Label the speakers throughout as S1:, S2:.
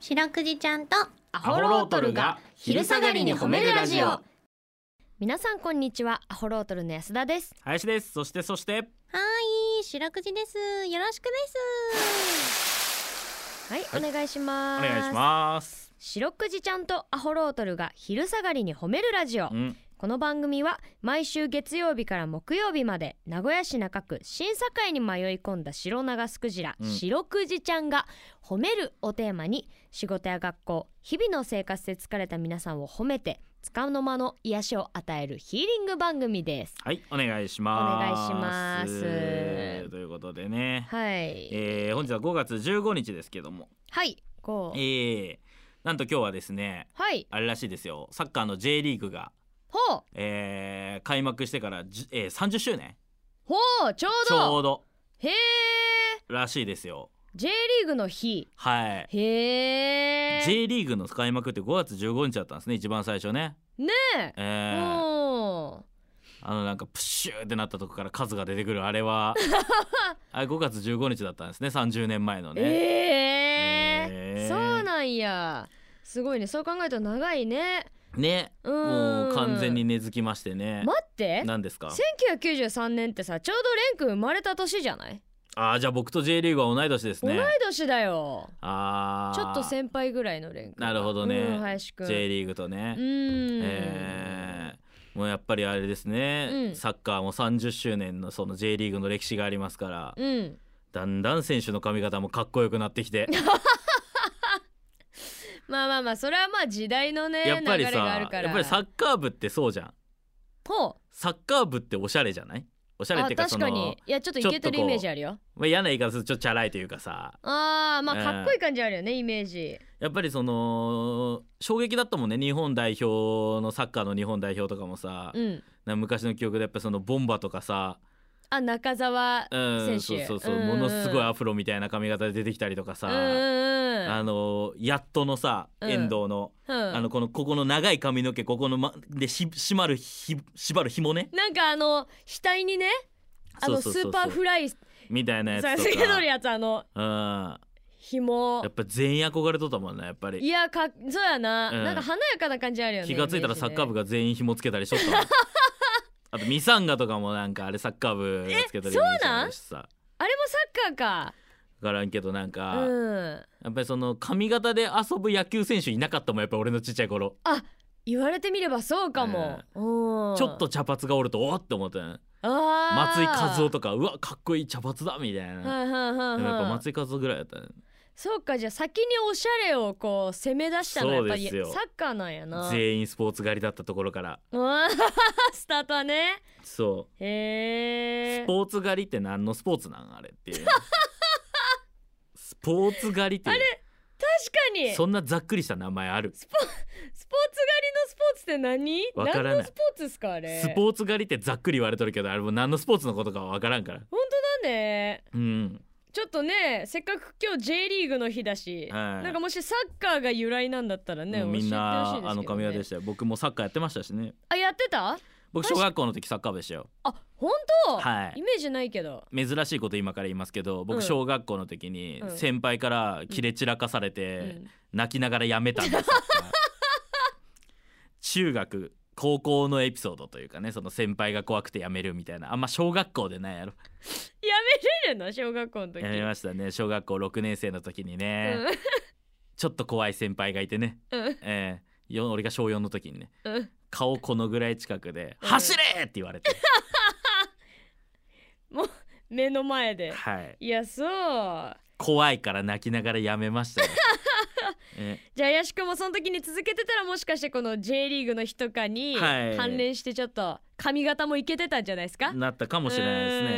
S1: 白くじちゃんと
S2: ア
S3: ホロートルが昼下がりに褒めるラジオ
S2: 皆さんこんにちはアホロートルの安田です
S3: 林ですそしてそして
S1: はい白くじですよろしくです
S2: はい、
S3: はい
S2: お願いし
S3: お
S2: ます
S3: 願いします
S2: 白くじちゃんとアホロートルが昼下がりに褒めるラジオ
S3: うん
S2: この番組は毎週月曜日から木曜日まで名古屋市中区審査会に迷い込んだ白長スクジラ、
S3: うん
S2: 白くじちゃんが「褒める」をテーマに仕事や学校日々の生活で疲れた皆さんを褒めて束の間の癒しを与えるヒーリング番組です。
S3: はいお願いします
S2: お願いします
S3: ということでね、
S2: はい、
S3: えー、本日は5月15日ですけども
S2: はい、こ
S3: え
S2: う
S3: ー、なんと今日はですね
S2: はい
S3: あれらしいですよサッカーの J リーグが、
S2: ほう
S3: えー、開幕してからじ、えー、30周年
S2: ほうちょう
S3: ち
S2: ど
S3: ょうど
S2: へえ
S3: らしいですよ
S2: J リーグの日
S3: はい
S2: へえ
S3: J リーグの開幕って5月15日だったんですね一番最初ね
S2: ね
S3: え
S2: え、
S3: ー、
S2: も
S3: あのなんかプシューってなったとこから数が出てくるあ れはあれ5月15日だったんですね30年前の
S2: う
S3: ね、
S2: ええ
S3: えー
S2: そうなんやすごいねそう考えると長いね
S3: ね
S2: うーん
S3: もう完全に根付きましてね、
S2: 待って
S3: 何ですか
S2: 1993年ってさちょうどレン君生まれた年じゃない、
S3: あーじゃあ僕と J リーグは同い年です
S2: 同い
S3: ね
S2: 年だよ
S3: あー
S2: ちょっと先輩ぐらいのレン君
S3: なるほどね
S2: うん、林くん
S3: J リーグとね、
S2: うーん、
S3: えーもうやっぱりあれですね、
S2: うん
S3: サッカーも30周年のその J リーグの歴史がありますから、
S2: うん
S3: だんだん選手の髪型もかっこよくなってきて
S2: まあまあまあそれはまあ時代のね
S3: やっぱり
S2: 流れがあ
S3: さ
S2: るか
S3: や
S2: ら
S3: っぱりサッカー部ってそうじゃん
S2: ほう
S3: サッカー部っておしゃれじゃないおしゃれって
S2: あ
S3: いうかそ
S2: 確か
S3: の
S2: にいやちょっとイケてる
S3: ちょっと
S2: イ
S3: こう
S2: メージあるよ
S3: まあ、嫌な言い方するとちょっとチャラいというかさ
S2: あーまあ
S3: えー
S2: かっこいい感じあるよねイメージ
S3: やっぱりその衝撃だったもんね日本代表のサッカーの日本代表とかもさ、
S2: うん
S3: な昔の記憶でやっぱそのボンバとかさ、
S2: あ中澤
S3: う
S2: 選手
S3: ん、そうそうそう、
S2: うんうん
S3: ものすごいアフロみたいな髪型で出てきたりとか
S2: う
S3: さ、
S2: んうんうん
S3: あのやっとのさ
S2: うん
S3: 遠藤の、
S2: うん
S3: あのこのここの長い髪の毛ここの、ま、でし締まるひ縛る紐ね
S2: なんかあの額にねあのス
S3: そうそうそ
S2: ー
S3: うそ
S2: パ
S3: う
S2: ーフライさ
S3: みたいなやつ
S2: す
S3: と
S2: げとる
S3: か、
S2: やつあの
S3: うん、
S2: 紐
S3: やっぱ全員憧れとったもんねやっぱり
S2: いやかそうやな、
S3: うん
S2: なんか華やかな感じあるよね
S3: 気がついたらサッカー部が全員紐つけたりしとった わあとミサンガとかもなんかあれサッカー部がつけたり
S2: えそうなん
S3: ミサンガだしさ
S2: あれもサッカ
S3: 分からんけどな
S2: ー
S3: んか、
S2: かうん
S3: やっぱりその髪型で遊ぶ野球選手いなかったもんやっぱ俺のちっちゃい頃、
S2: 言われてみればそうかも、うん
S3: ちょっと茶髪がおるとおっって思ったね
S2: あ
S3: 松井一夫
S2: と
S3: とかうわかっこいい茶髪だみたいな、
S2: はいはいはい、はい、
S3: でもやっぱ松井一夫ぐらいだったね
S2: そうかじゃあ先におしゃれをこう攻め出したのはやっぱり
S3: そうですよ
S2: サッカーなんやな
S3: 全員スポーツ狩りだったところから
S2: うわスタートはね
S3: そう
S2: へ
S3: ス
S2: え
S3: ポーツ狩りって何のスポーツなんあれ っていうスポーツ狩りって
S2: 確かに
S3: そんなざっくりした名前ある
S2: スポーツ狩りのスポーツって何
S3: わからない
S2: 何のスポーツですかあれ
S3: スポーツ狩りってざっくり言われとるけどあれも何のスポーツのことかは分からんから
S2: 本当だね
S3: うん
S2: ちょっとねせっかく今日 J リーグの日だし、
S3: はい
S2: なんかもしサッカーが由来なんだったらね
S3: もう
S2: 教え
S3: みん
S2: てほ
S3: な、
S2: しいですけど、ね、
S3: あの髪型でしたよ僕もサッカーやってましたしね
S2: あやってた
S3: 僕
S2: 確
S3: 小
S2: か
S3: 学校の時サッカー部でしたよ
S2: あ本当、
S3: は
S2: イ
S3: い
S2: メージないけど
S3: 珍しいこと今から言いますけど
S2: うん
S3: 僕小学校の時に
S2: うん
S3: 先輩から切れ散らかされ
S2: う
S3: て
S2: ん
S3: 泣きながらやめたんで すよ中学高校のエピソードというかねその先輩が怖くてやめるみたいなあんま小学校でな いやろ
S2: やめれるの小学校の時
S3: やめましたね小学校6年生の時にね、
S2: うん
S3: ちょっと怖い先輩がいてね、
S2: うん
S3: えーよ俺が小4の時にね
S2: うん
S3: 顔このぐらい近くで「
S2: うん
S3: 走れ!」って言われ て、
S2: 目の前で
S3: はい、
S2: いやそう
S3: 怖いから泣きながらやめま したね、え
S2: じゃあ林くんもその時に続けてたらもしかしてこの J リーグの日とかに
S3: はい
S2: 関連してちょっと髪型もいけてたんじゃないですか、
S3: なったかもしれないですね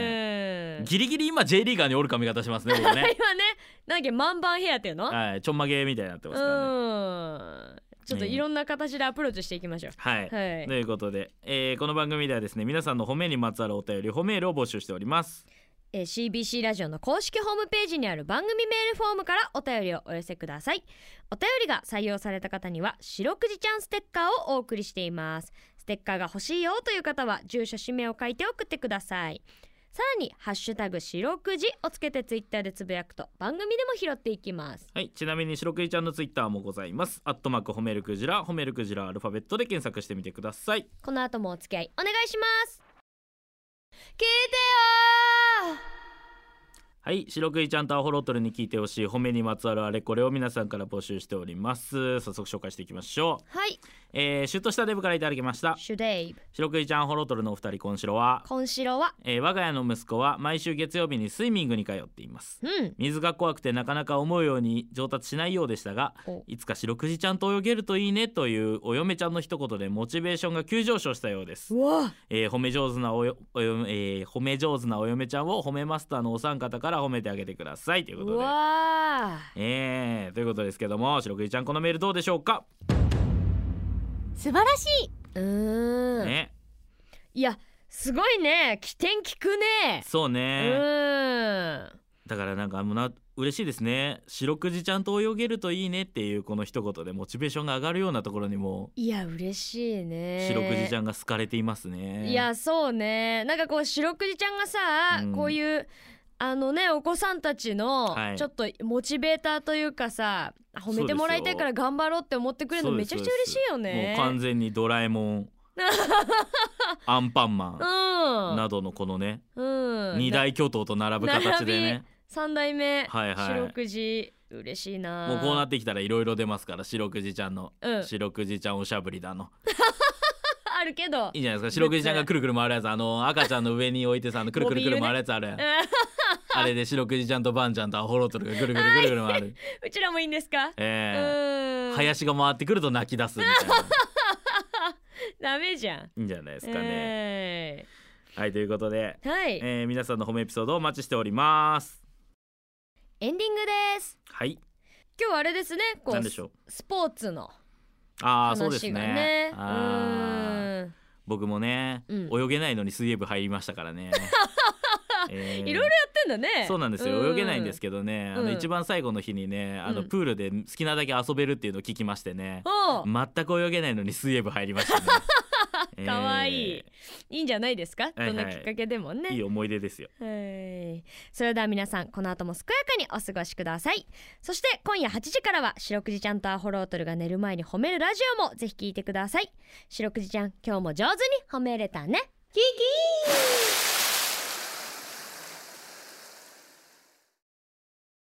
S2: ね
S3: ギリギリ今 J リーガーにおる髪型しますね僕ね
S2: 今ねなんだっけマンバンヘアっていうの、
S3: はいちょんまげみたいになって
S2: う
S3: ますからね
S2: んちょっといろんな形でアプローチしていきましょう、
S3: はい、
S2: はい
S3: ということで、えーこの番組ではですね皆さんの褒めにまつわるお便り褒めールを募集しております
S2: えー CBC ラジオの公式ホームページにある番組メールフォームからお便りをお寄せくださいお便りが採用された方には「白くじちゃんステッカー」をお送りしていますステッカーが欲しいよという方は住所氏名を書いて送ってくださいさらに「ハッシュタグ白くじ」をつけてツイッターでつぶやくと番組でも拾っていきます
S3: はいちなみに白クジちゃんのツイッターもございますアットマーク褒めるクジラ褒めるクジラアルファベットで検索してみてください
S2: この後もお付き合いお願いします聞いてよ
S3: はい白クジちゃんとアホロートルに聞いてほしい褒めにまつわるあれこれを皆さんから募集しております早速紹介していきましょう
S2: ーはい
S3: えー、シュッとしたデブからいただきました
S2: シュデイブ
S3: 白クジちゃんアホロートルのお二人今週は、
S2: 今週は
S3: えー我が家の息子は毎週月曜日にスイミングに通っています
S2: うん
S3: 水が怖くてなかなか思うように上達しないようでしたが
S2: お
S3: いつか白くじちゃんと泳げるといいねというお嫁ちゃんの一言でモチベーションが急上昇したようです、
S2: わ
S3: えー褒め上手なおよおよ、えー褒め上手なお嫁ちゃんを褒めマスターのお三方から褒めてあげてくださいということで
S2: わ
S3: えーということですけども白くじちゃんこのメールどうでしょうか、
S1: 素晴らしいう
S2: ーん、
S3: ね
S2: いやすごいね起点聞くね
S3: そう
S2: う
S3: ね
S2: ーん
S3: だからなんかもうな嬉しいですね白くじちゃんと泳げるといいねっていうこの一言でモチベーションが上がるようなところにも
S2: いや嬉しいね
S3: 白くじちゃんが好かれていますね
S2: いやそうねなんかこう白くじちゃんがさ、
S3: うん
S2: こういうあのねお子さんたちの
S3: はい
S2: ちょっとモチベーターというかさ褒めてもらいたいから頑張ろうって思ってくれるの
S3: そう
S2: め
S3: です
S2: ちゃくちゃ嬉しいよ
S3: も
S2: ね
S3: う完全にドラえも んアンパンマンなどのこのね
S2: うんうん
S3: 二大巨頭と並ぶ形でね
S2: 三代目、
S3: はいはい
S2: 白くじ嬉しいな
S3: もうこうなってきたらいろいろ出ますから白くじちゃんの
S2: うん
S3: 白くじちゃんおしゃぶりだの
S2: あるけど
S3: いいじゃないですか白くじちゃんがくるくる回るやつあの赤ちゃんの上に置いてさあのくるくるくる回るやつあるやん
S2: ね
S3: あれで白くじちゃんとバンちゃんとアホロートルがぐるぐるぐるぐる回る
S2: うちらもいいんですか、
S3: え
S2: う
S3: え
S2: ん
S3: 林が回ってくると泣き出すみたいな
S2: ダメじゃん
S3: いいんじゃないですかね
S2: え
S3: はいということで
S2: ーはい、
S3: えー皆さんの褒めエピソードをお待ちしております
S2: エンディングです
S3: はい
S2: 今日あれですねこ
S3: 何
S2: う
S3: でしょう
S2: スポーツの
S3: ああそうです
S2: 話がね
S3: ね。あー
S2: う
S3: 僕もね、
S2: うん
S3: 泳げないのに水泳部入りましたから ね。え
S2: い
S3: ー
S2: ろいろやってんだね
S3: そうなんですよ泳げないんですけどね、あ
S2: う
S3: の
S2: ん
S3: 一番最後の日にねあの
S2: うん
S3: プールで好きなだけ遊べるっていうのを聞きましてね、
S2: おう
S3: 全く泳げないのに水泳部入りましたねえー
S2: かわいいいいんじゃないですか
S3: はい
S2: どんなきっかけでもね、
S3: いい思い出ですよ
S2: はいそれでは皆さんこの後も健やかにお過ごしくださいそして今夜8時からは白くじちゃんとアホロートルが寝る前に褒めるラジオもぜひ聞いてください白くじちゃん今日も上手に褒めれたねキキー